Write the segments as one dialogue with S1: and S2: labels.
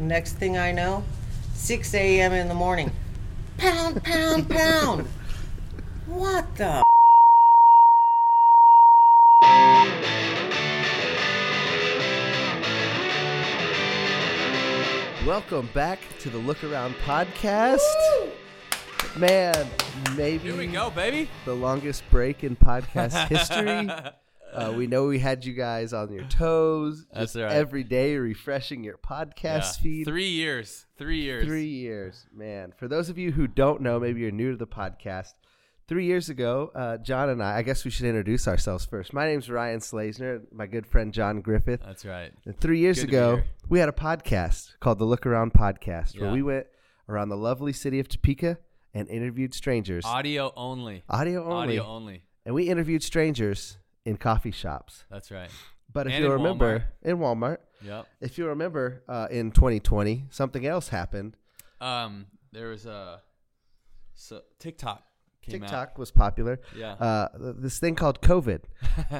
S1: Next thing I know, 6 a.m. in the morning. Pound, pound, pound. What the?
S2: Welcome back to the Look Around Podcast. Man, maybe
S3: Here we go, baby.
S2: the longest break in podcast history. Uh, we know we had you guys on your toes.
S3: That's
S2: just
S3: right.
S2: Every day refreshing your podcast
S3: Yeah.
S2: feed.
S3: Three years. Three years.
S2: Three years, man. For those of you who don't know, maybe you're new to the podcast. Three years ago, uh, John and I, I guess we should introduce ourselves first. My name's Ryan Slazner, my good friend John Griffith.
S3: That's right.
S2: And three years
S3: Good to be
S2: ago,
S3: here.
S2: we had a podcast called the Look Around Podcast, where
S3: Yeah.
S2: we went around the lovely city of Topeka and interviewed strangers,
S3: Audio only.
S2: audio only,
S3: Audio only.
S2: and we interviewed strangers in coffee shops.
S3: That's right.
S2: But if
S3: And
S2: you
S3: in
S2: remember, in Walmart,
S3: Yep.
S2: if you remember, uh, in 2020, something else happened.
S3: Um, there was a so TikTok came
S2: TikTok was popular.
S3: out. Yeah.
S2: Uh, th- this thing called COVID,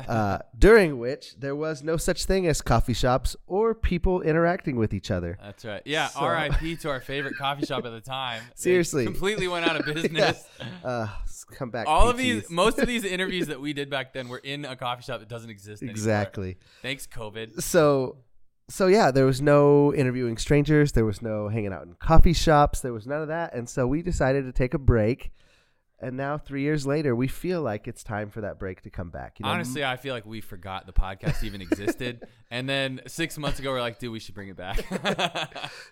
S2: uh, during which there was no such thing as coffee shops or people interacting with each other.
S3: That's right. Yeah.
S2: So-
S3: R.I.P. to our favorite coffee shop at the time. They
S2: Seriously.
S3: completely went out of business.
S2: Uh, come back.
S3: All of
S2: PTs.
S3: these, most of these interviews that we did back then were in a coffee shop that doesn't exist anymore.
S2: Exactly.
S3: Thanks, COVID.
S2: So, so yeah, there was no interviewing strangers. There was no hanging out in coffee shops. There was none of that. And so we decided to take a break. And now, three years later, we feel like it's time for that break to come back. You know,
S3: Honestly, I feel like we forgot the podcast even existed. and then six months ago, we're like, dude, we should bring it back.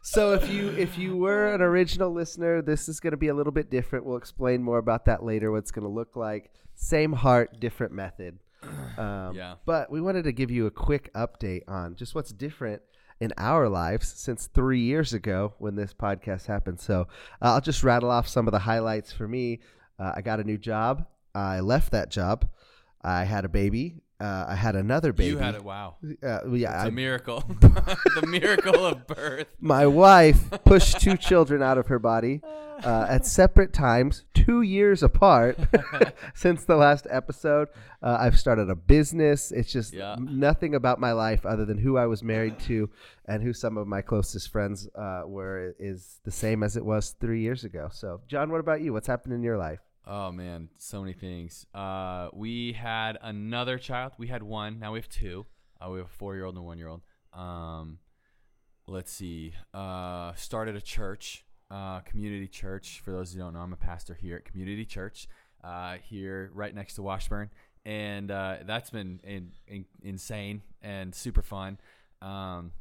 S2: so if you if you were an original listener, this is going to be a little bit different. We'll explain more about that later. What it's going to look like. Same heart, different method. Um,
S3: Yeah.
S2: But we wanted to give you a quick update on just what's different in our lives since three years ago when this podcast happened. So uh, I'll just rattle off some of the highlights for me. Uh, I got a new job. I left that job. I had a baby. Uh, I had another baby.
S3: you had it. Wow.
S2: Uh, yeah,
S3: It's a
S2: I-
S3: miracle. the miracle of birth.
S2: my wife pushed two children out of her body uh, at separate times, two years apart since the last episode. Uh, I've started a business. It's just
S3: Yeah.
S2: nothing about my life other than who I was married to and who some of my closest friends uh, were is the same as it was three years ago. So, John, what about you? What's happened in your life?
S3: Oh man, so many things. Uh, we had another child. We had one. Now we have two. Uh, we have a four-year-old and a one-year-old. Um, let's see. Uh, started a church, uh, community church. For those who don't know, I'm a pastor here at Community Church, uh, here right next to Washburn, and uh, that's been in, in, insane and super fun. Um,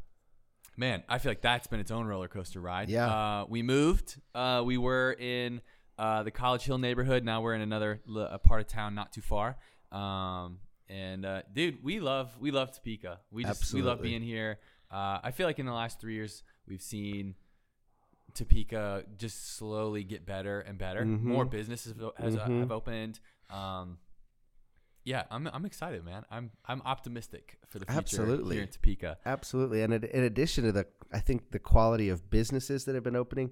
S3: man, I feel like that's been its own roller coaster ride.
S2: Yeah.
S3: Uh, we moved. Uh, we were in uh, the College Hill neighborhood. Now we're in another li- a part of town, not too far. Um, and uh, dude, we love we love Topeka. We just we love
S2: Absolutely.
S3: being here. Uh, I feel like in the last three years, we've seen Topeka just slowly get better and better.
S2: Mhm.
S3: More businesses have, has, uh,
S2: Mhm.
S3: have opened. Um, yeah, I'm, I'm excited, man. I'm I'm optimistic for the future
S2: Absolutely.
S3: here in Topeka.
S2: Absolutely. And in in addition to the, I think the quality of businesses that have been opening,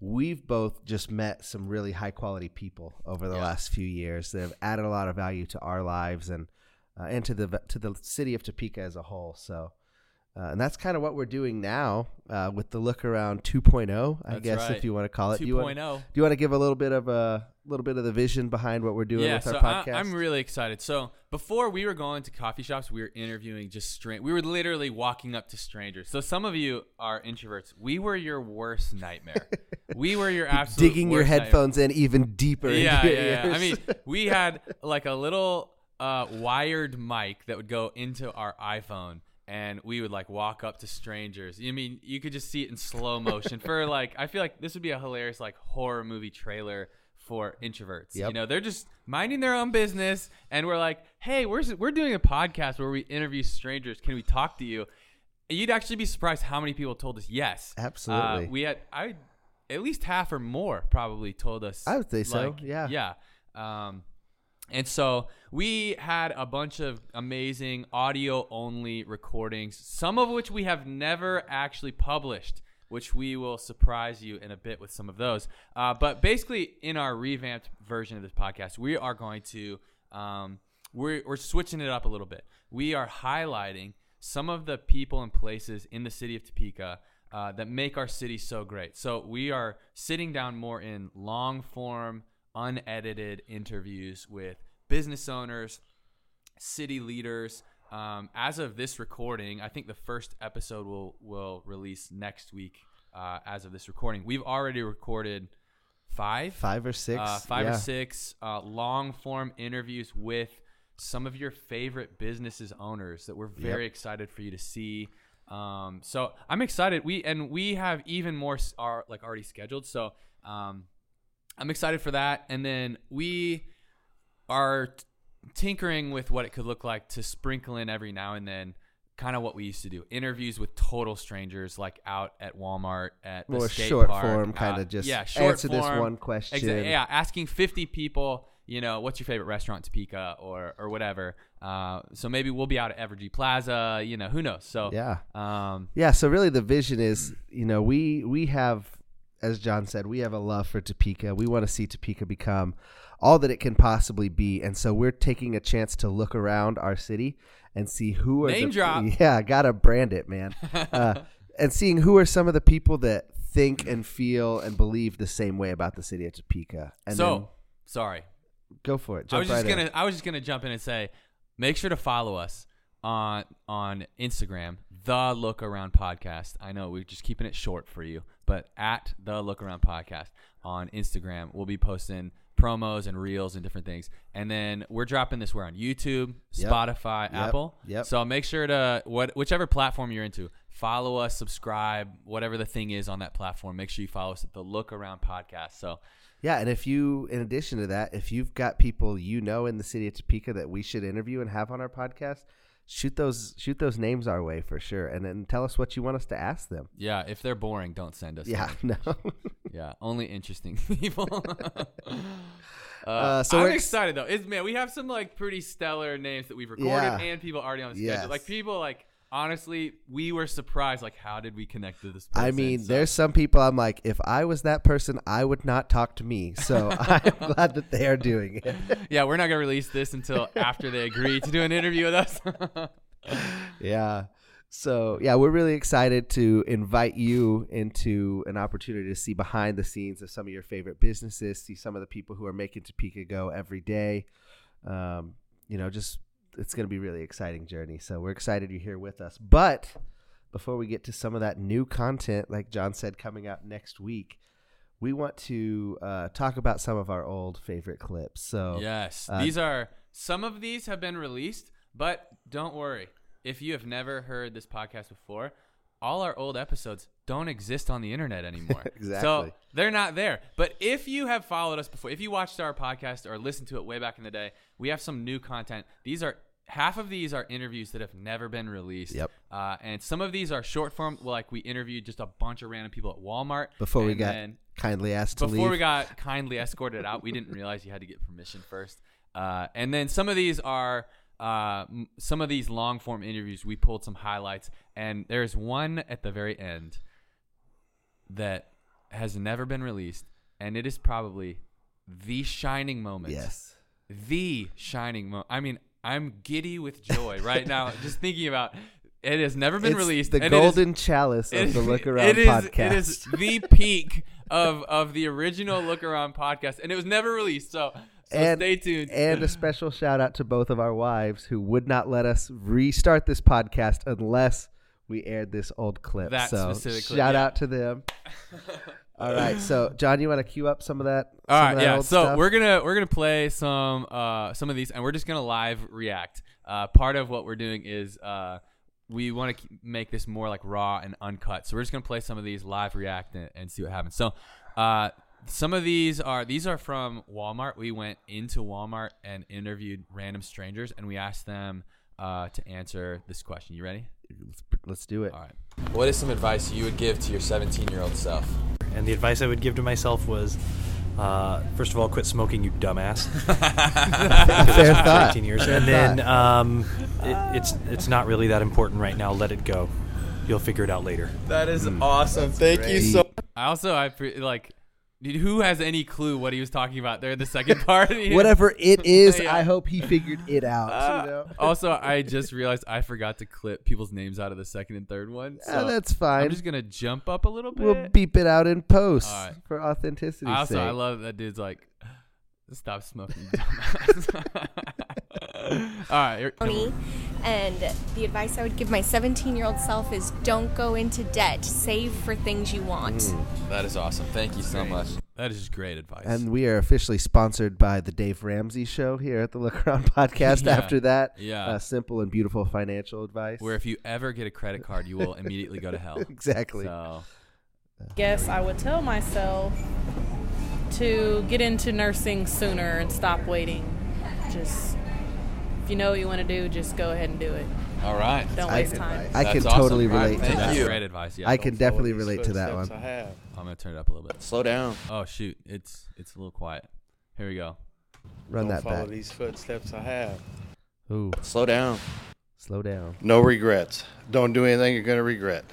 S2: we've both just met some really high quality people over the
S3: Yeah.
S2: last few years that have added a lot of value to our lives and uh, and to the to the city of Topeka as a whole. So. Uh, and that's kind of what we're doing now uh, with the look around 2.0, I
S3: That's
S2: guess if
S3: right. oh.
S2: you want to call it. Do you want,
S3: 2.0.
S2: do you want to give a little bit of a little bit of the vision behind what we're doing with
S3: so
S2: our podcast?
S3: I, am really excited. So before we were going to coffee shops, we were interviewing just strange. We were literally walking up to strangers. So some of you are introverts. We were your worst nightmare. we were your absolute
S2: digging your
S3: worst nightmare.
S2: headphones in even deeper.
S3: yeah,
S2: into your
S3: yeah, yeah. I
S2: ears.
S3: mean, we had like a little uh, wired mic that would go into our iPhone, and we would like walk up to strangers. You mean you could just see it in slow motion for like I feel like this would be a hilarious like horror movie trailer for introverts.
S2: Yep.
S3: You know, they're just minding their own business, and we're like, hey, we're s- we're doing a podcast where we interview strangers. Can we talk to you? You'd actually be surprised how many people told us yes. Uh,
S2: Absolutely.
S3: we had I at least half or more probably told us
S2: I would say so, yeah.
S3: yeah. Um, and so we had a bunch of amazing audio only recordings, some of which we have never actually published, which we will surprise you in a bit with some of those. Uh, but basically, in our revamped version of this podcast, we are going to um, we're, we're switching it up a little bit. We are highlighting some of the people and places in the city of Topeka uh, that make our city so great. So we are sitting down more in long form, unedited interviews with business owners, city leaders. Um, as of this recording, I think the first episode will will release next week. Uh, as of this recording, we've already recorded five,
S2: Five or six.
S3: uh, five
S2: yeah.
S3: or six uh, long form interviews with some of your favorite businesses owners that we're very excited for you to see. Um, so I'm excited. We and we have even more s- are like already scheduled. So um, I'm excited for that. And then we are t- tinkering with what it could look like to sprinkle in every now and then kind of what we used to do interviews with total strangers like out at walmart at the
S2: More
S3: skate
S2: short
S3: park,
S2: form, kinda
S3: out-
S2: just
S3: yeah short
S2: answer this
S3: form.
S2: one question.
S3: Exa- yeah uh, asking 50 people you know what's your favorite restaurant topeka or or whatever uh, so maybe we'll be out at evergy plaza you know who knows so
S2: Yeah.
S3: um
S2: Yeah, so really the vision is, you know, we we have as John said, we have a love for Topeka. We want to see Topeka become all that it can possibly be. And so we're taking a chance to look around our city and see who are
S3: Name
S2: the,
S3: drop.
S2: Yeah, got to brand it, man. Uh, and seeing who are some of the people that think and feel and believe the same way about the city of Topeka. And
S3: so
S2: then-
S3: sorry
S2: go for it.
S3: I
S2: Jump
S3: was
S2: right
S3: just
S2: in.
S3: gonna I was just gonna jump in and say, make sure to follow us on on Instagram, the Look Around Podcast. I know we're just keeping it short for you, but at the Look Around Podcast on Instagram, we'll be posting promos and reels and different things. And then we're dropping this. We're on YouTube,
S2: Yep.
S3: Spotify,
S2: Yep.
S3: Apple.
S2: Yep.
S3: So make sure to what whichever platform you're into, follow us, subscribe, whatever the thing is on that platform. Make sure you follow us at the Look Around Podcast. So
S2: Yeah, and if you, in addition to that, if you've got people you know in the city of Topeka that we should interview and have on our podcast, shoot those shoot those names our way for sure, and then tell us what you want us to ask them.
S3: yeah, if they're boring, don't send us.
S2: Yeah, no.
S3: Yeah, only interesting people. uh,
S2: Uh, so
S3: I'm
S2: we're ex-
S3: excited though. It's man, we have some like pretty stellar names that we've recorded
S2: Yeah.
S3: and people already on the
S2: Yes.
S3: schedule. Like people like honestly, we were surprised. Like how did we connect to this? Person?
S2: I mean,
S3: So-
S2: there's some people I'm like, if I was that person, I would not talk to me. So I'm glad that they are doing it.
S3: yeah, we're not gonna release this until after they agree to do an interview with us.
S2: yeah. So yeah, we're really excited to invite you into an opportunity to see behind the scenes of some of your favorite businesses, see some of the people who are making Topeka go every day. Um, you know, just it's going to be a really exciting journey. So we're excited you're here with us. But before we get to some of that new content, like John said, coming out next week, we want to uh, talk about some of our old favorite clips. So
S3: yes,
S2: Uh,
S3: these are some of these have been released, but don't worry if you have never heard this podcast before. All our old episodes don't exist on the internet anymore. So
S2: Exactly.
S3: They're not there. But if you have followed us before, if you watched our podcast or listened to it way back in the day, we have some new content. These are half of these are interviews that have never been released.
S2: Yep.
S3: Uh, and some of these are short form, like we interviewed just a bunch of random people at Walmart
S2: before we
S3: and
S2: got
S3: then-
S2: kindly asked to
S3: before
S2: leave.
S3: we got kindly escorted out, we didn't realize you had to get permission first. Uh, and then some of these are uh, m- some of these long form interviews. We pulled some highlights, and there's one at the very end that has never been released, and it is probably the shining moment.
S2: yes.
S3: the shining moment. I mean, I'm giddy with joy right now just thinking about. It has never been
S2: It's
S3: released.
S2: The
S3: and it is-
S2: golden chalice of
S3: it-
S2: the Look Around
S3: it is,
S2: podcast.
S3: It is the peak of of the original Look Around podcast, and it was never released. So, so
S2: and,
S3: stay tuned.
S2: And a special shout out to both of our wives who would not let us restart this podcast unless we aired this old clip.
S3: That
S2: so
S3: specifically,
S2: shout
S3: yeah.
S2: out to them. All right, so John, you want to queue up some of that?
S3: All
S2: some of
S3: right,
S2: that
S3: yeah.
S2: old
S3: So
S2: stuff?
S3: we're gonna we're gonna play some uh, some of these, and we're just gonna live react. Uh, part of what we're doing is uh, we want to make this more like raw and uncut. So we're just gonna play some of these live react and, and see what happens. So uh, some of these are these are from Walmart. We went into Walmart and interviewed random strangers, and we asked them uh, to answer this question. You ready?
S2: let's, let's do it.
S3: All right. What is some advice you would give to your 17 year old self?
S4: And the advice I would give to myself was, uh, first of all, quit smoking, you dumbass.
S2: Fair thought.
S4: 18 years,
S2: Fair
S4: and then
S2: thought.
S4: um, it, it's it's not really that important right now. Let it go. You'll figure it out later.
S5: Mm.
S6: That is awesome. Thank you so.
S3: I also I pre- like Dude, who has any clue what he was talking about there? The second part,
S2: Whatever it is,
S3: Yeah.
S2: I hope he figured it out.
S3: Uh,
S2: you know?
S3: also, I just realized I forgot to clip people's names out of the second and third one. So
S2: Yeah, Ah, that's fine.
S3: I'm just gonna jump up a little bit.
S2: We'll beep it out in post
S3: All right.
S2: for authenticity.
S3: I also,
S2: sake.
S3: I love that dude's like, stop smoking, you dumbass." All right, here- come on.
S6: money. And the advice I would give my 17 year old self is don't go into debt, save for things you want.
S5: That is awesome. Thank you so much.
S3: that is just great advice.
S2: And we are officially sponsored by the Dave Ramsey Show here at the Look Around Podcast.
S3: Yeah.
S2: After that,
S3: Yeah.
S2: uh, simple and beautiful financial advice.
S3: Where if you ever get a credit card, you will immediately go to hell.
S2: exactly.
S3: So
S7: guess I would tell myself to get into nursing sooner and stop waiting. Just if you know what you want to do, just go ahead and do it.
S5: All right.
S7: Don't
S2: I,
S7: waste time.
S2: I can
S5: That's awesome.
S2: totally
S5: All right,
S2: relate to
S5: thank
S2: that.
S3: that's
S5: you.
S3: great advice. Yeah,
S2: I can definitely
S8: Follow these
S2: relate to that
S8: footsteps
S2: one.
S8: I have.
S3: I'm gonna turn it up a little bit.
S5: Slow down.
S3: Oh shoot, it's it's a little quiet. Here we go.
S2: Run
S8: Don't
S2: that
S8: follow
S2: back.
S8: these footsteps I have.
S2: Ooh,
S5: Slow down.
S2: slow down.
S8: No regrets. Don't do anything you're going to regret.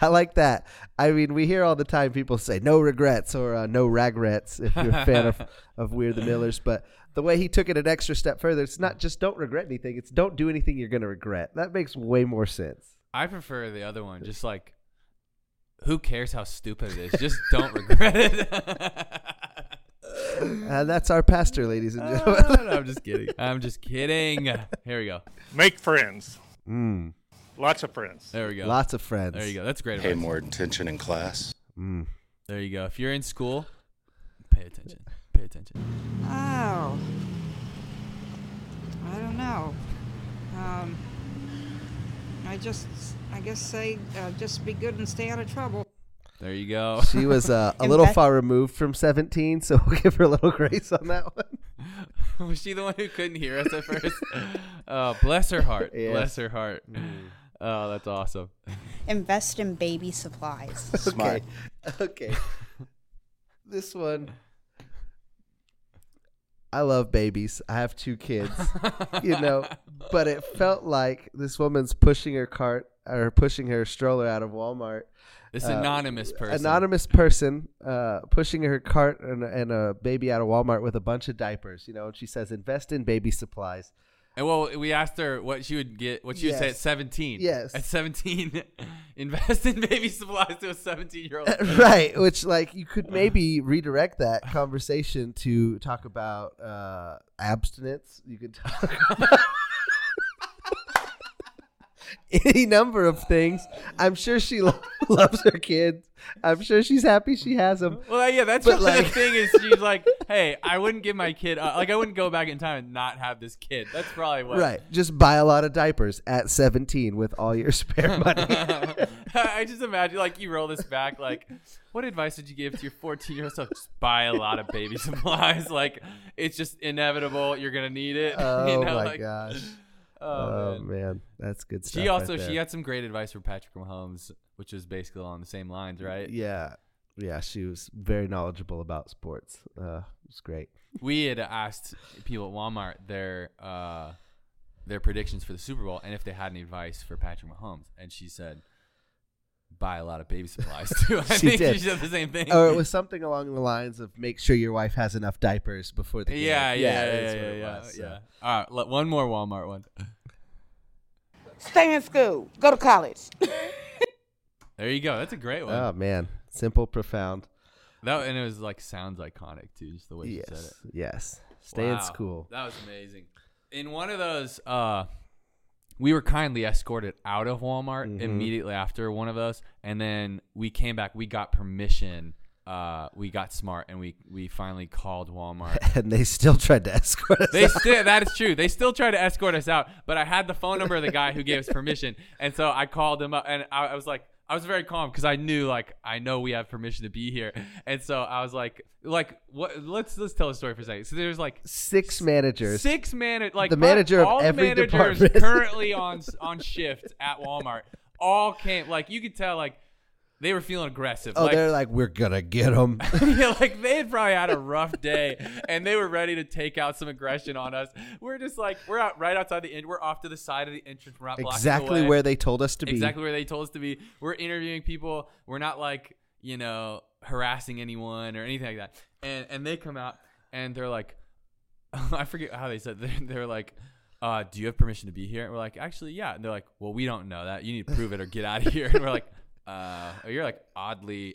S2: I like that. I mean, we hear all the time people say no regrets or uh, no ragrets if you're a fan of, of We're the Millers. But the way he took it an extra step further, it's not just don't regret anything, it's don't do anything you're going to regret. That makes way more sense.
S3: I prefer the other one. Just like, who cares how stupid it is? Just don't regret it.
S2: Uh, that's our pastor, ladies and
S8: Uh,
S2: gentlemen.
S3: No, no, I'm just kidding. I'm just kidding. Here we go.
S9: Make friends.
S2: Mm,
S9: Lots of friends.
S3: There we go.
S2: lots of friends.
S3: There you go. That's great
S8: Pay
S3: advice.
S8: more attention in class.
S2: Mm.
S3: There you go. If you're in school, pay attention. Pay attention.
S10: Oh. I don't know. Um, I just, I guess say, uh, just be good and stay out of trouble.
S3: There you go.
S2: She was uh, a little far removed from 17, so we'll give her a little grace on that one.
S3: Was she the one who couldn't hear us at first? oh, bless her heart.
S2: Yeah.
S3: Bless her heart. Oh, that's awesome.
S11: Invest in baby supplies.
S8: Smart.
S2: Okay. okay. this one. I love babies. I have two kids, you know, but it felt like this woman's pushing her cart or pushing her stroller out of Walmart
S3: This
S2: Uh,
S3: anonymous person.
S2: anonymous person uh, pushing her cart and, and a baby out of Walmart with a bunch of diapers. You know, and she says, "Invest in baby supplies."
S3: And well, we asked her what she would get, what she would say at
S2: Yes.
S3: 17.
S2: Yes.
S3: At 17, invest in baby supplies to a 17 year old.
S2: right, which like you could maybe redirect that conversation to talk about uh, abstinence. You could talk about any number of things. I'm sure she lo- loves her kids. I'm sure she's happy she has them.
S3: Well, yeah, that's
S2: But,
S3: really the
S2: like-
S3: thing is she's like, hey, I wouldn't give my kid, uh, like, I wouldn't go back in time and not have this kid. That's probably what.
S2: Right, just buy a lot of diapers at 17 with all your spare money.
S3: I just imagine, like, you roll this back, like, what advice would you give to your 14 year old self? Just buy a lot of baby supplies. Like, it's just inevitable. You're going to need it.
S2: Oh
S3: you know,
S2: my
S3: like,
S2: gosh.
S3: Oh,
S2: Oh,
S3: man.
S2: man. that's good stuff.
S3: She
S2: right
S3: also she
S2: there.
S3: had some great advice for Patrick Mahomes, which was basically along the same lines, right?
S2: yeah, yeah. She was very knowledgeable about sports. Uh, it was great.
S3: we had asked people at Walmart their uh, their predictions for the Super Bowl and if they had any advice for Patrick Mahomes, and she said, "Buy a lot of baby supplies too." I
S2: She
S3: think
S2: did.
S3: she said the same thing.
S2: or Oh, it was something along the lines of make sure your wife has enough diapers before the game.
S3: yeah, yeah, yeah, yeah,
S2: that's
S3: yeah,
S2: what
S3: yeah,
S2: it was, so.
S3: All right, let- one more Walmart one.
S10: Stay in school. Go to college.
S3: There you go. That's a great one.
S2: Oh man, simple, profound.
S3: that and it was like sounds iconic too, just the way she said it.
S2: Yes, yes. Stay in
S3: Wow,
S2: school.
S3: That was amazing. In one of those, uh, we were kindly escorted out of Walmart
S2: Mm-hmm.
S3: immediately after one of those, and then we came back. We got permission. Uh, we got smart, and we we finally called Walmart.
S2: And they still tried to escort us.
S3: They
S2: out.
S3: still that is true. They still try to escort us out, but I had the phone number of the guy who gave us permission, and so I called him up, and I, I was like, I was very calm because I knew like I know we have permission to be here, and so I was like, like what? Let's let's tell the story for a second. So there's like
S2: Six managers.
S3: Six manager, like
S2: The
S3: my-
S2: manager of
S3: all the
S2: every
S3: managers
S2: department.
S3: currently on on shift at Walmart. All came like you could tell like they were feeling aggressive.
S2: oh,
S3: like,
S2: they're like, we're gonna get them.
S3: yeah, like they had probably had a rough day and they were ready to take out some aggression on us. We're just like we're out right outside the end. We're off to the side of the entrance. We're not blocking the
S2: exactly
S3: way
S2: where they told us to be.
S3: exactly where they told us to be. We're interviewing people. We're not like you know harassing anyone or anything like that. And and they come out and they're like, I forget how they said. They're, they're like, uh, "Do you have permission to be here?" And we're like, "Actually, yeah." And they're like, "Well, we don't know that. You need to prove it or get out of here." And we're like, uh, "You're like oddly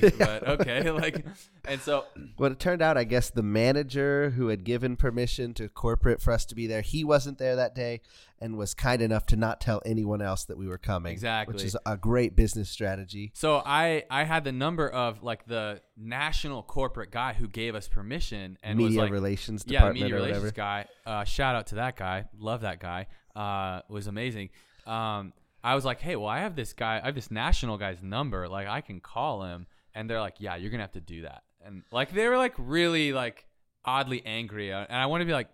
S3: but okay." Like, and so
S2: Well, it turned out, I guess, the manager who had given permission to corporate for us to be there, he wasn't there that day and was kind enough to not tell anyone else that we were coming. Which
S3: Exactly.
S2: is a great business strategy.
S3: So I I had the number of like the national corporate guy who gave us permission and was
S2: Media
S3: like
S2: relations
S3: yeah the
S2: department
S3: media
S2: or
S3: relations
S2: whatever.
S3: guy uh, shout out to that guy love that guy uh, was amazing um, I was like hey well I have this guy I have this national guy's number like I can call him and they're like yeah you're gonna have to do that and like they were like really like oddly angry Uh, and I want to be like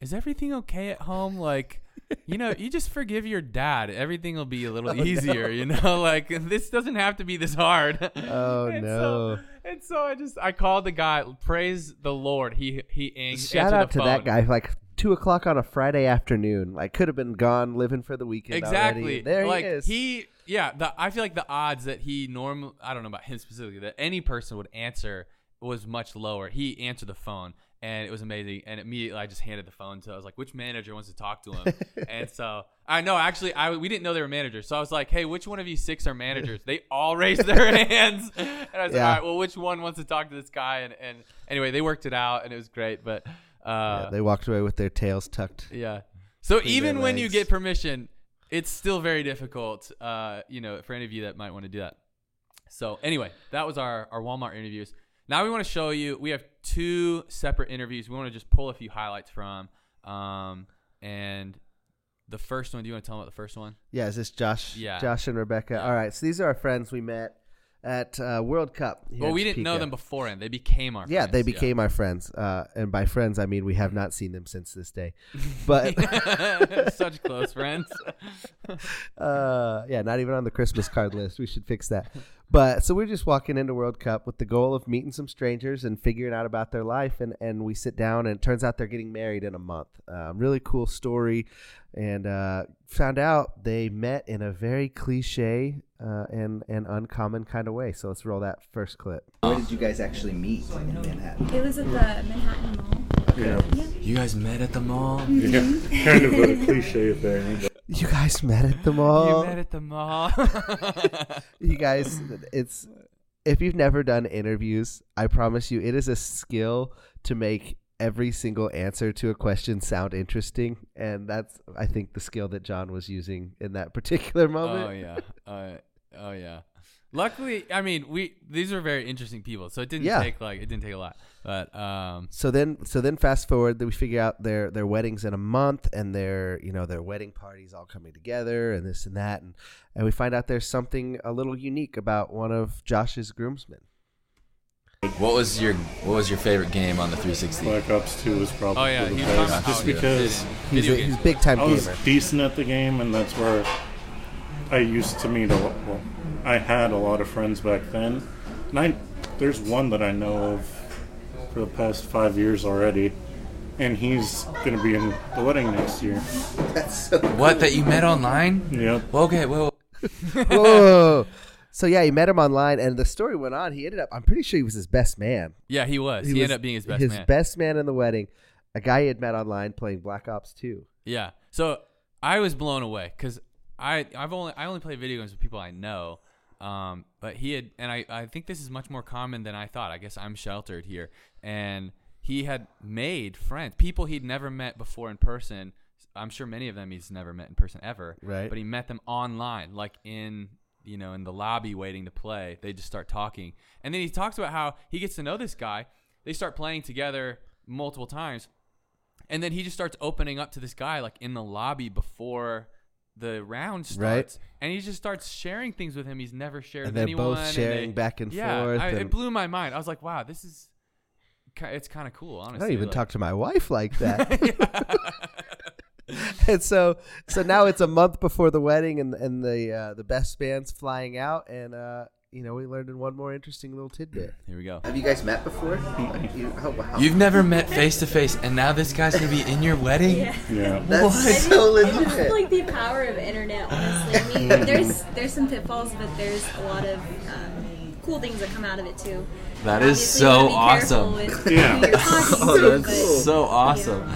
S3: is everything okay at home like. You know, you just forgive your dad. Everything will be a little
S2: Oh, no.
S3: easier, you know? Like, this doesn't have to be this hard.
S2: Oh,
S3: And
S2: no.
S3: So, and so I just I called the guy. Praise the Lord. He he ang-
S2: Shout
S3: answered
S2: out
S3: the
S2: to that
S3: phone.
S2: guy, like two o'clock on a Friday afternoon. Like, could have been gone living for the weekend.
S3: Exactly.
S2: Already. There
S3: like
S2: he is.
S3: he yeah. The I feel like the odds that he normal I don't know about him specifically that any person would answer was much lower. He answered the phone and it was amazing. And immediately I just handed the phone to. I was like, which manager wants to talk to him? and so I know actually I we didn't know they were managers. So I was like, hey, which one of you six are managers? They all raised their hands. And I was
S2: Yeah.
S3: like, all right, well, which one wants to talk to this guy? And and anyway, they worked it out and it was great. But uh,
S2: Yeah, they walked away with their tails tucked.
S3: yeah. So
S2: Between
S3: even
S2: their
S3: when you
S2: legs.
S3: get permission, it's still very difficult. Uh, you know, for any of you that might want to do that. So anyway, that was our our Walmart interviews. Now we want to show you. We have two separate interviews. We want to just pull a few highlights from. Um, and the first one. Do you want to tell them about the first one?
S2: Yeah, is this Josh?
S3: Yeah.
S2: Josh and Rebecca. All right, so these are our friends we met at uh, World Cup. here
S3: well,
S2: in
S3: we didn't know
S2: Topeka.
S3: them beforehand. They became our.
S2: yeah, they
S3: friends.
S2: became our friends. Uh, and by friends, I mean we have not seen them since this day. But
S3: Such close friends.
S2: uh, yeah, not even on the Christmas card list. We should fix that. But so we're just walking into World Cup with the goal of meeting some strangers and figuring out about their life. And, and we sit down, and it turns out they're getting married in a month. Uh, really cool story. And uh, found out they met in a very cliche uh, and, and uncommon kind of way. So let's roll that first clip. Where did you guys actually meet in Manhattan?
S12: It was at the Manhattan Mall.
S2: Yeah.
S5: You guys met at the mall?
S12: Yeah.
S13: kind of a cliche thing. but-
S2: You guys met at the mall.
S3: You met at the mall.
S2: you guys, it's if you've never done interviews, I promise you, it is a skill to make every single answer to a question sound interesting, and that's I think the skill that John was using in that particular moment.
S3: Oh yeah. Uh, oh yeah. Luckily, I mean, we these are very interesting people, so it didn't
S2: Yeah.
S3: take like it didn't take a lot. But um,
S2: So then, so then, fast forward, that we figure out their their weddings in a month, and their you know their wedding parties all coming together, and this and that, and and we find out there's something a little unique about one of Josh's groomsmen.
S5: What was your What was your favorite game on the 360?
S13: Black Ops 2 was probably
S3: Oh, yeah,
S13: the
S3: he was talking
S13: best,
S5: about how
S13: just
S5: he was
S13: because
S5: good in He's a- video games. he's a big-time
S13: I was
S5: gamer.
S13: decent at the game, and that's where I used to meet a lot. Well, I had a lot of friends back then, and I there's one that I know of for the past five years already, and he's gonna be in the wedding next year.
S2: That's so
S5: What that you met online?
S13: Yep.
S5: Well, okay. Well,
S2: Whoa. So yeah, he met him online, and the story went on. He ended up. I'm pretty sure he was his best man.
S3: yeah, he was. He, ended up being his best
S2: his
S3: man.
S2: best man in the wedding, a guy he had met online playing Black Ops 2.
S3: Yeah. So I was blown away because I I've only I only play video games with people I know. Um, but he had, and I I think this is much more common than I thought. I guess I'm sheltered here, and he had made friends, people he'd never met before in person. I'm sure many of them he's never met in person ever.
S2: Right.
S3: But he met them online, like in you know in the lobby waiting to play. They just start talking, and then he talks about how he gets to know this guy. They start playing together multiple times, and then he just starts opening up to this guy like in the lobby before the round
S2: Right.
S3: starts, and he just starts sharing things with him he's never shared
S2: And
S3: with
S2: they're both
S3: anyone. and
S2: sharing
S3: they-
S2: back and
S3: yeah,
S2: forth
S3: I,
S2: and-
S3: it blew my mind. I was like, wow, this is ki- it's kind of cool. Honestly,
S2: I don't even
S3: like-
S2: talk to my wife like that. and so, so now it's a month before the wedding, and and the uh, the best man's flying out, and uh, you know we learned in one more interesting little tidbit.
S3: Here we go.
S2: Have you guys met before? You- oh, wow.
S5: You've never met face to face, and now this guy's gonna be in your wedding.
S12: Yeah.
S13: Yeah.
S5: What?
S12: I mean, It's like the power of internet, honestly. I mean, there's there's some pitfalls, but there's a lot of um, cool things that come out of it too.
S5: That is
S12: Obviously,
S5: so
S12: you gotta be careful
S5: awesome.
S12: with who you're talking
S14: Oh,
S12: to,
S14: that's
S12: but-
S5: so awesome.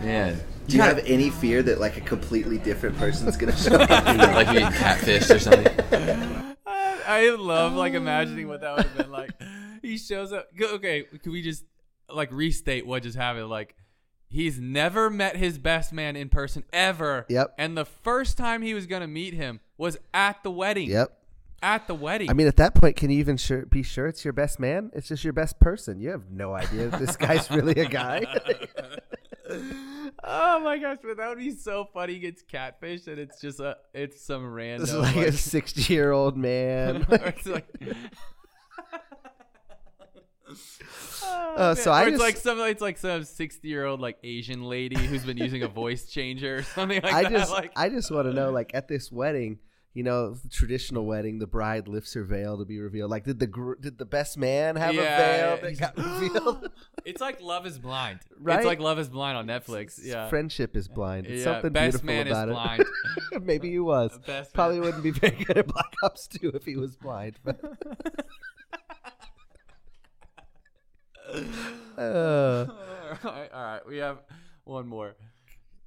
S5: Man.
S14: Do you have any fear that like a completely different person's gonna show up?
S5: Like being catfished or
S14: something?
S3: I love like imagining what that would have been like. He shows up. go- Okay, can we just like restate what just happened? Like, he's never met his best man in person ever.
S2: Yep.
S3: And the first time he was gonna meet him was at the wedding.
S2: Yep.
S3: At the wedding.
S2: I mean, at that point, can you even sure, be sure it's your best man? It's just your best person. You have no idea if this guy's really a guy.
S3: oh my gosh, but that would be so funny. He gets catfished, and it's just a, it's some random.
S2: This is like a 60 year old man.
S3: Or it's like.
S2: Uh, so I
S3: Or it's
S2: just-
S3: like some it's like some sixty year old like Asian lady who's been using a voice changer or something like
S2: I
S3: that.
S2: just
S3: like,
S2: I just want to know like at this wedding, you know, the traditional wedding, the bride lifts her veil to be revealed. Like did the gr- did the best man have
S3: Yeah,
S2: a veil
S3: yeah,
S2: that got revealed?
S3: it's like Love is Blind.
S2: Right?
S3: It's like Love is Blind on Netflix. Yeah.
S2: Friendship is blind. It's
S3: Yeah,
S2: something
S3: best
S2: beautiful
S3: man is
S2: about
S3: blind.
S2: it. Maybe he was.
S3: Best
S2: Probably wouldn't be very good at Black Ops 2 if he was blind. But Uh.
S3: all right, all right. We have one more.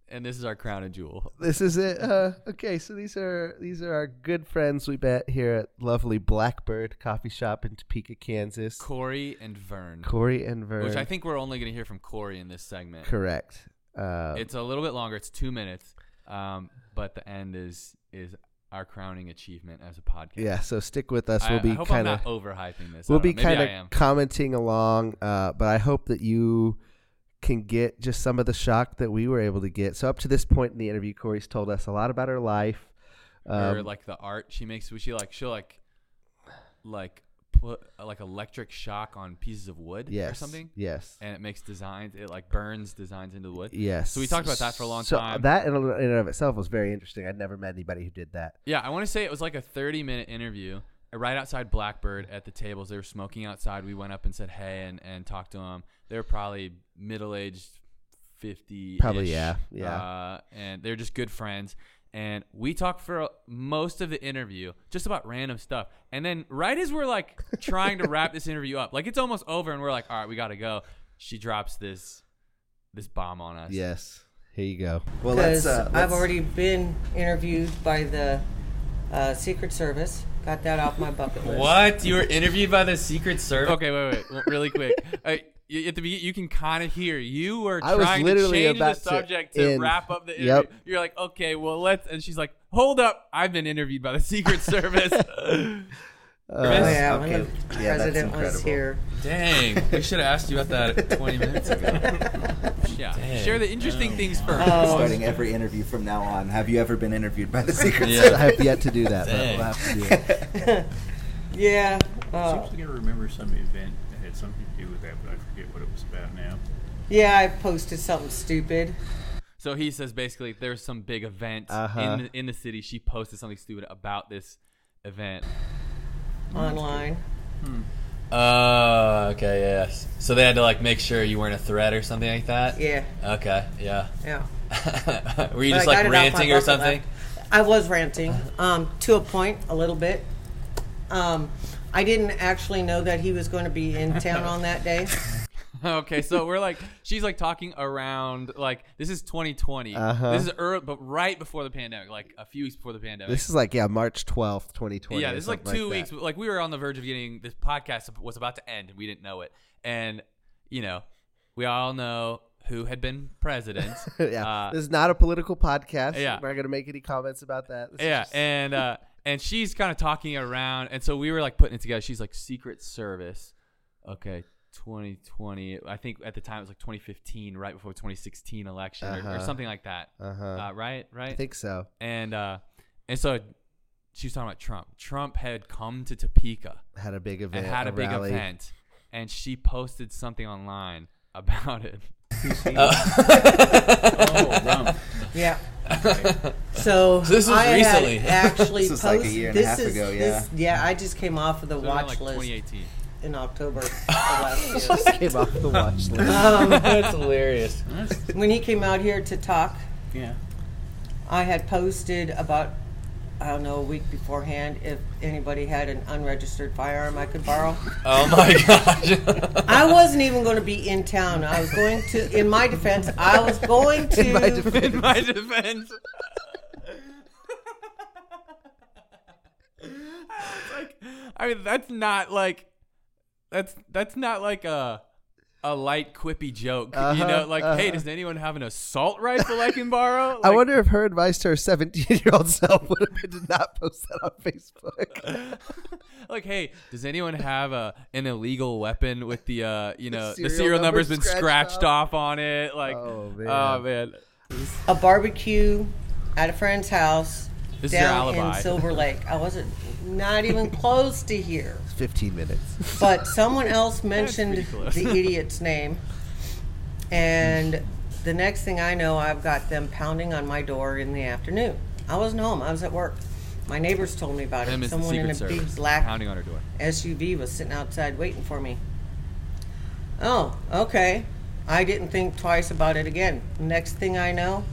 S3: And this is our crown and jewel.
S2: this is it. Uh, okay, so these are these are our good friends we met here at lovely Blackbird Coffee Shop in Topeka, Kansas.
S3: Corey and Vern.
S2: Corey and Vern.
S3: Which I think we're only going to hear from Corey in this segment.
S2: Correct. Uh,
S3: it's a little bit longer. It's two minutes, um, but the end is is our crowning achievement as a podcast.
S2: Yeah, so stick with us.
S3: I-
S2: We'll
S3: I
S2: be
S3: hope I'm
S2: kind of
S3: not overhyping this. I
S2: We'll
S3: don't
S2: be
S3: know. Maybe
S2: kind
S3: I am.
S2: of commenting along, uh, but I hope that you can get just some of the shock that we were able to get. So up to this point in the interview, Corey's told us a lot about her life.
S3: or
S2: Um,
S3: like the art she makes. She like she'll like like put uh, like electric shock on pieces of wood or
S2: Yes,
S3: something.
S2: yes.
S3: and it makes designs. It like burns designs into the wood.
S2: yes.
S3: So we talked about that for a long
S2: so uh,
S3: time.
S2: That in and in and of itself was very interesting. I'd never met anybody who did that.
S3: Yeah, I want to say it was like a 30 minute interview uh, right outside Blackbird at the tables. They were smoking outside. We went up and said hey and, and talked to them. They were probably middle aged, 50.
S2: Probably, yeah, yeah.
S3: Uh, and they're just good friends. And we talked for uh, most of the interview just about random stuff. And then right as we're like trying to wrap this interview up, like it's almost over and we're like, all right, we got to go. She drops this this bomb on us.
S2: Yes. Here you go.
S3: Well,
S1: Because
S2: uh,
S14: uh,
S1: I've already been interviewed by the uh, Secret Service. Got that off my bucket list.
S3: What? You were interviewed by the Secret Service? Okay, wait, wait, wait really quick. Uh, you, at the beginning, you can kind of hear you were
S2: I was
S3: trying to
S2: literally
S3: change
S2: about to
S3: the subject to,
S2: end.
S3: wrap up the
S2: Yep.
S3: interview. You're like, okay, well, let's. And she's like, hold up, I've been interviewed by the Secret Service.
S14: uh,
S1: oh, yeah, when the president was here.
S5: Dang, we should have asked you about that 20 minutes ago.
S3: Yeah, share the interesting things first.
S14: Starting every interview from now on. Have you ever been interviewed by the Secret
S2: Yeah.
S14: Service?
S2: I have yet to do that, but Dang. we'll have to do
S14: it.
S1: Yeah. uh,
S15: Seems like I remember some event that had something to do with that, but I forget what it was about now.
S1: yeah, I posted something stupid.
S3: So he says basically there's some big event
S1: Uh-huh.
S3: in, the, in the city. She posted something stupid about this event.
S1: Online.
S5: Oh, okay, yes. So they had to like make sure you weren't a threat or something like that.
S1: Yeah.
S5: Okay. Yeah.
S1: Yeah.
S5: Were you
S1: But
S5: just
S1: I
S5: like
S1: got it off my
S5: ranting or
S1: bucket
S5: something?
S1: list. I was ranting um, to a point, a little bit. Um, I didn't actually know that he was going to be in town on that day.
S3: okay, so we're like, she's like talking around, like this is 2020.
S2: Uh-huh.
S3: This is early, but right before the pandemic, like a few weeks before the pandemic.
S2: This is like yeah, March twelfth, twenty twenty.
S3: yeah, this is like two weeks. Like we were on the verge of getting this podcast was about to end, and we didn't know it. And you know, we all know who had been president.
S2: yeah,
S3: Uh,
S2: this is not a political podcast.
S3: yeah.
S2: we're not gonna make any comments about that. This is
S3: yeah,
S2: just-
S3: and uh, and she's kind of talking around, and so we were like putting it together. She's like Secret Service, okay, 2020. I think at the time it was like 2015, right before 2016 election or, or
S2: Uh-huh.
S3: something like that.
S2: Uh-huh.
S3: Uh, right, right.
S2: I think so.
S3: And uh, and so she was talking about Trump. Trump had come to Topeka,
S2: Had a big event,
S3: and had
S2: a
S3: a, big
S2: rally.
S3: event, and she posted something online about it.
S1: Yeah.
S5: So
S1: So,
S5: this was
S1: I had
S5: recently.
S1: actually
S5: This was like a
S1: posted-
S5: year and a
S1: this
S5: half
S1: is-
S5: ago,
S1: this- yeah, I just came off of the
S5: So around,
S1: watch
S5: like,
S1: list
S5: 2018.
S1: in October. of last year.
S2: Came off the watch list.
S1: Um,
S5: That's hilarious.
S1: When he came out here to talk,
S15: Yeah.
S1: I had posted about I don't know, a week beforehand if anybody had an unregistered firearm I could borrow.
S5: Oh my gosh.
S1: I wasn't even going to be in town. I was going to, in my defense, I was going to.
S5: In my defense. In my defense.
S3: I mean, that's not like that's that's not like a a light quippy joke. you
S2: Uh-huh,
S3: know, like, hey,
S2: uh-huh.
S3: does anyone have an assault rifle I can borrow?
S2: I wonder if her advice to her 17 year old self would have been to not post that on Facebook.
S3: like, hey, does anyone have a an illegal weapon with the uh, you know, the serial,
S2: serial
S3: number's
S2: number's
S3: been
S2: scratched
S3: scratched off.
S2: off?
S3: on it? Like,
S2: Oh,
S3: oh
S2: man.
S3: man,
S1: a barbecue at a friend's house
S3: This is your
S1: down in
S3: alibi.
S1: Silver Lake. I wasn't not even close to here.
S2: 15 minutes.
S1: But someone else mentioned
S2: pretty close.
S1: the idiot's name. And the next thing I know, I've got them pounding on my door in the afternoon. I wasn't home, I was at work. My neighbors told me about
S3: Them
S1: it.
S3: is the
S1: Someone in
S3: Secret
S1: a big
S3: Service
S1: black
S3: pounding on her door.
S1: SUV was sitting outside waiting for me. Oh, okay. I didn't think twice about it again. Next thing I know,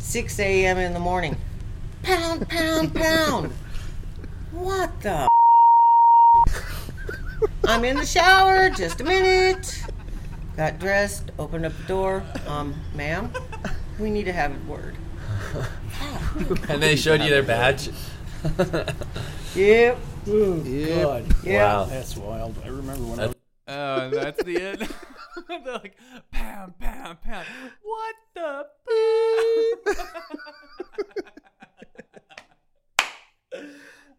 S1: 6 a.m. in the morning. Pound, pound, pound. What the? I'm in the shower. Just a minute. Got dressed. Opened up the door. Um, ma'am, we need to have a word.
S5: and they showed you their badge.
S1: Yep.
S5: Yep. God. Wow.
S16: That's wild. I remember when I was.
S3: Oh, and that's the end. They're like, pound, pound, pound. What the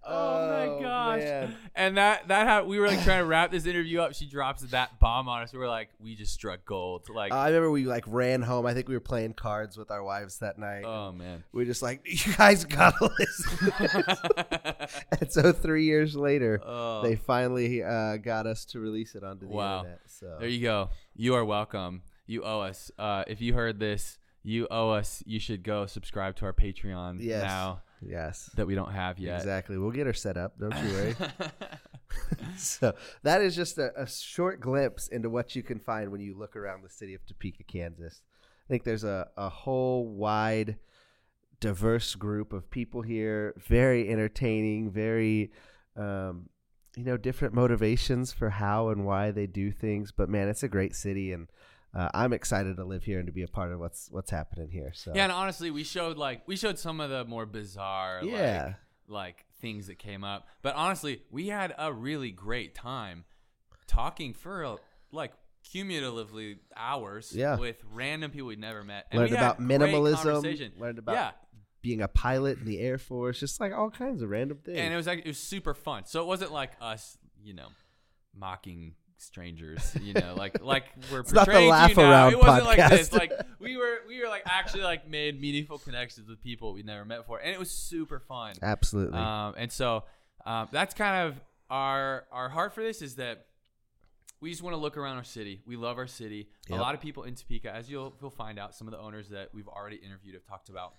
S3: Oh my gosh. And that that how we were like trying to wrap this interview up. She drops that bomb on us. We were like, we just struck gold. Like
S2: Uh, I remember we like ran home. I think we were playing cards with our wives that night.
S3: Oh man.
S2: We were just like, you guys gotta listen. to this." and so three years later,
S3: Oh.
S2: they finally uh, got us to release it onto the
S3: wow.
S2: internet. So
S3: There you go. You are welcome. You owe us. Uh, if you heard this, you owe us. You should go subscribe to our Patreon
S2: Yes.
S3: now.
S2: Yes.
S3: That we don't have yet.
S2: Exactly. We'll get her set up. Don't you worry. so that is just a, a short glimpse into what you can find when you look around the city of Topeka, Kansas. I think there's a, a whole wide, diverse group of people here. Very entertaining. Very, um, you know, different motivations for how and why they do things. But man, it's a great city, and uh, I'm excited to live here and to be a part of what's what's happening here. So
S3: Yeah, and honestly, we showed like we showed some of the more bizarre,
S2: Yeah.
S3: like, like things that came up. But honestly, we had a really great time talking for like cumulatively hours
S2: Yeah.
S3: with random people we'd never met.
S2: learned
S3: we had
S2: about
S3: great
S2: minimalism.
S3: conversation.
S2: Learned about
S3: yeah,
S2: being a pilot in the Air Force. Just like all kinds of random things.
S3: and it was like it was super fun. So it wasn't like us, you know, mocking strangers, you know, like like we're
S2: It's not the
S3: portraying to you
S2: laugh
S3: now.
S2: around
S3: It wasn't like this.
S2: podcast.
S3: Like we were we were like actually like made meaningful connections with people we never met before, and it was super fun.
S2: Absolutely.
S3: Um, and so um, that's kind of our our heart for this is that we just want to look around our city. We love our city. A
S2: Yep.
S3: lot of people in Topeka, as you'll you'll find out, some of the owners that we've already interviewed have talked about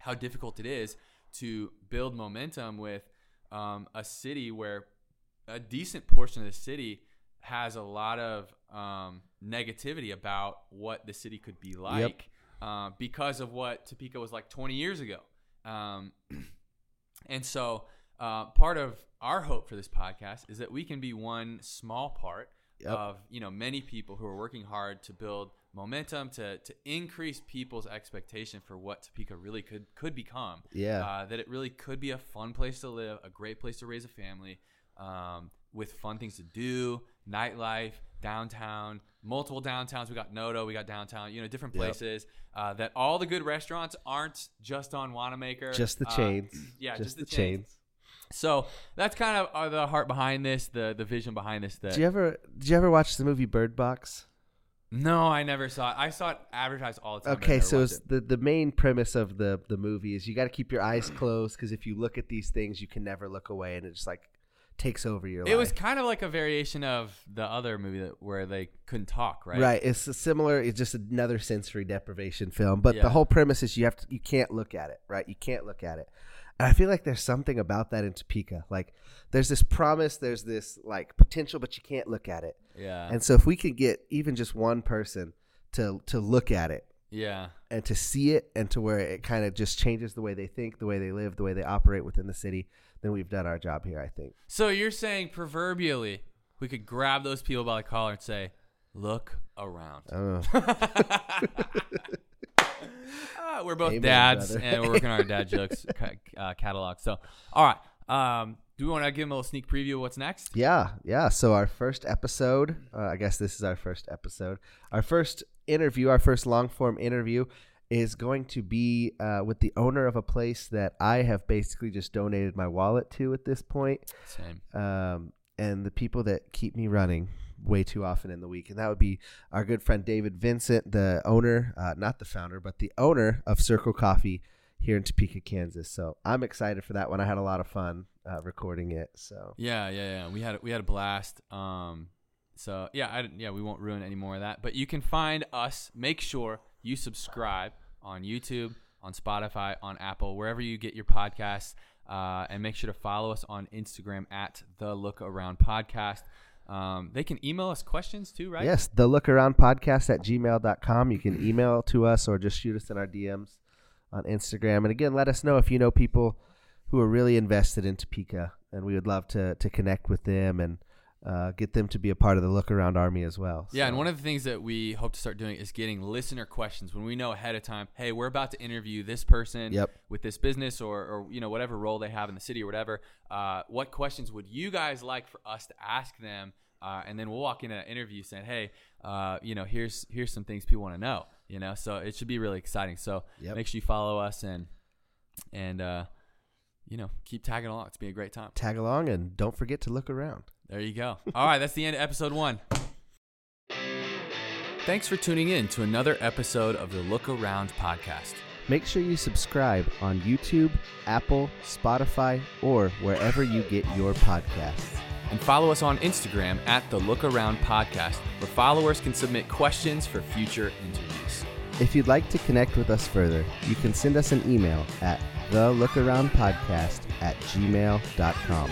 S3: how difficult it is to build momentum with um, a city where a decent portion of the city has a lot of um, negativity about what the city could be like uh, because of what Topeka was like 20 years ago. Um, and so, uh, part of our hope for this podcast is that we can be one small part of you know many people who are working hard to build momentum to to increase people's expectation for what Topeka really could could become.
S2: Yeah.
S3: uh, that it really could be a fun place to live, a great place to raise a family, um, with fun things to do, nightlife, downtown, multiple downtowns. We got Noto, we got downtown, you know, different
S2: Yep.
S3: places. Uh, that all the good restaurants aren't just on Wanamaker.
S2: Just the
S3: Uh,
S2: chains.
S3: yeah,
S2: Just
S3: just, the,
S2: the
S3: chains.
S2: chains.
S3: So that's kind of uh, the heart behind this, the the vision behind this. That
S2: Did you ever did you ever watch the movie Bird Box?
S3: no, I never saw it. I saw it advertised all the time. but I
S2: Okay,
S3: never
S2: so
S3: watched
S2: it's the the main premise of the the movie is you got to keep your eyes closed because if you look at these things, you can never look away, and it just like takes over your
S3: it.
S2: life.
S3: It was kind of like a variation of the other movie that, where they couldn't talk, right?
S2: It's a similar. It's just another sensory deprivation film, but
S3: Yeah.
S2: the whole premise is you have to. You can't look at it, right? You can't look at it. And I feel like there's something about that in Topeka. Like there's this promise, there's this like potential, but you can't look at it.
S3: Yeah.
S2: And so if we can get even just one person to to look at it,
S3: Yeah.
S2: and to see it and to where it kind of just changes the way they think, the way they live, the way they operate within the city, then we've done our job here, I think.
S3: So you're saying proverbially we could grab those people by the collar and say, "Look around."
S2: Oh.
S3: Ah, we're both
S2: Amen,
S3: dads
S2: brother.
S3: and we're working on our dad jokes ca- uh, catalog. So, all right. Um, do we want to give them a little sneak preview of what's next?
S2: Yeah, yeah. So our first episode, uh, I guess this is our first episode. Our first interview, our first long form interview, is going to be uh, with the owner of a place that I have basically just donated my wallet to at this point.
S3: Same.
S2: Um, and the people that keep me running way too often in the week, and that would be our good friend David Vincent, the owner, uh, not the founder, but the owner of Circle Coffee here in Topeka, Kansas. So I'm excited for that one. I had a lot of fun uh, recording it. So
S3: Yeah, yeah, yeah. We had we had a blast. Um, so yeah, I didn't- yeah, we won't ruin any more of that. But you can find us. Make sure you subscribe on YouTube, on Spotify, on Apple, wherever you get your podcasts, uh, and make sure to follow us on Instagram at the Look Around Podcast. Um, they can email us questions too, right?
S2: Yes, the look around podcast at gmail.com. You can email to us or just shoot us in our DMs on Instagram. And again, let us know if you know people who are really invested in Topeka, and we would love to, to connect with them and uh, get them to be a part of the look around army as well.
S3: Yeah, and one of the things that we hope to start doing is getting listener questions when we know ahead of time, hey, we're about to interview this person
S2: Yep.
S3: with this business or, or you know whatever role they have in the city or whatever. Uh, what questions would you guys like for us to ask them? Uh, and then we'll walk into that interview saying, hey, uh, you know, here's here's some things people want to know. You know, so it should be really exciting. So
S2: Yep.
S3: make sure you follow us and and uh, you know keep tagging along. It's been a great time.
S2: Tag along and don't forget to look around.
S3: There you go. All right, that's the end of episode one. Thanks for tuning in to another episode of the Look Around Podcast.
S2: Make sure you subscribe on YouTube, Apple, Spotify, or wherever you get your podcasts.
S3: And follow us on Instagram at the Look Around Podcast, where followers can submit questions for future interviews.
S2: If you'd like to connect with us further, you can send us an email at thelookaroundpodcast at gmail.com.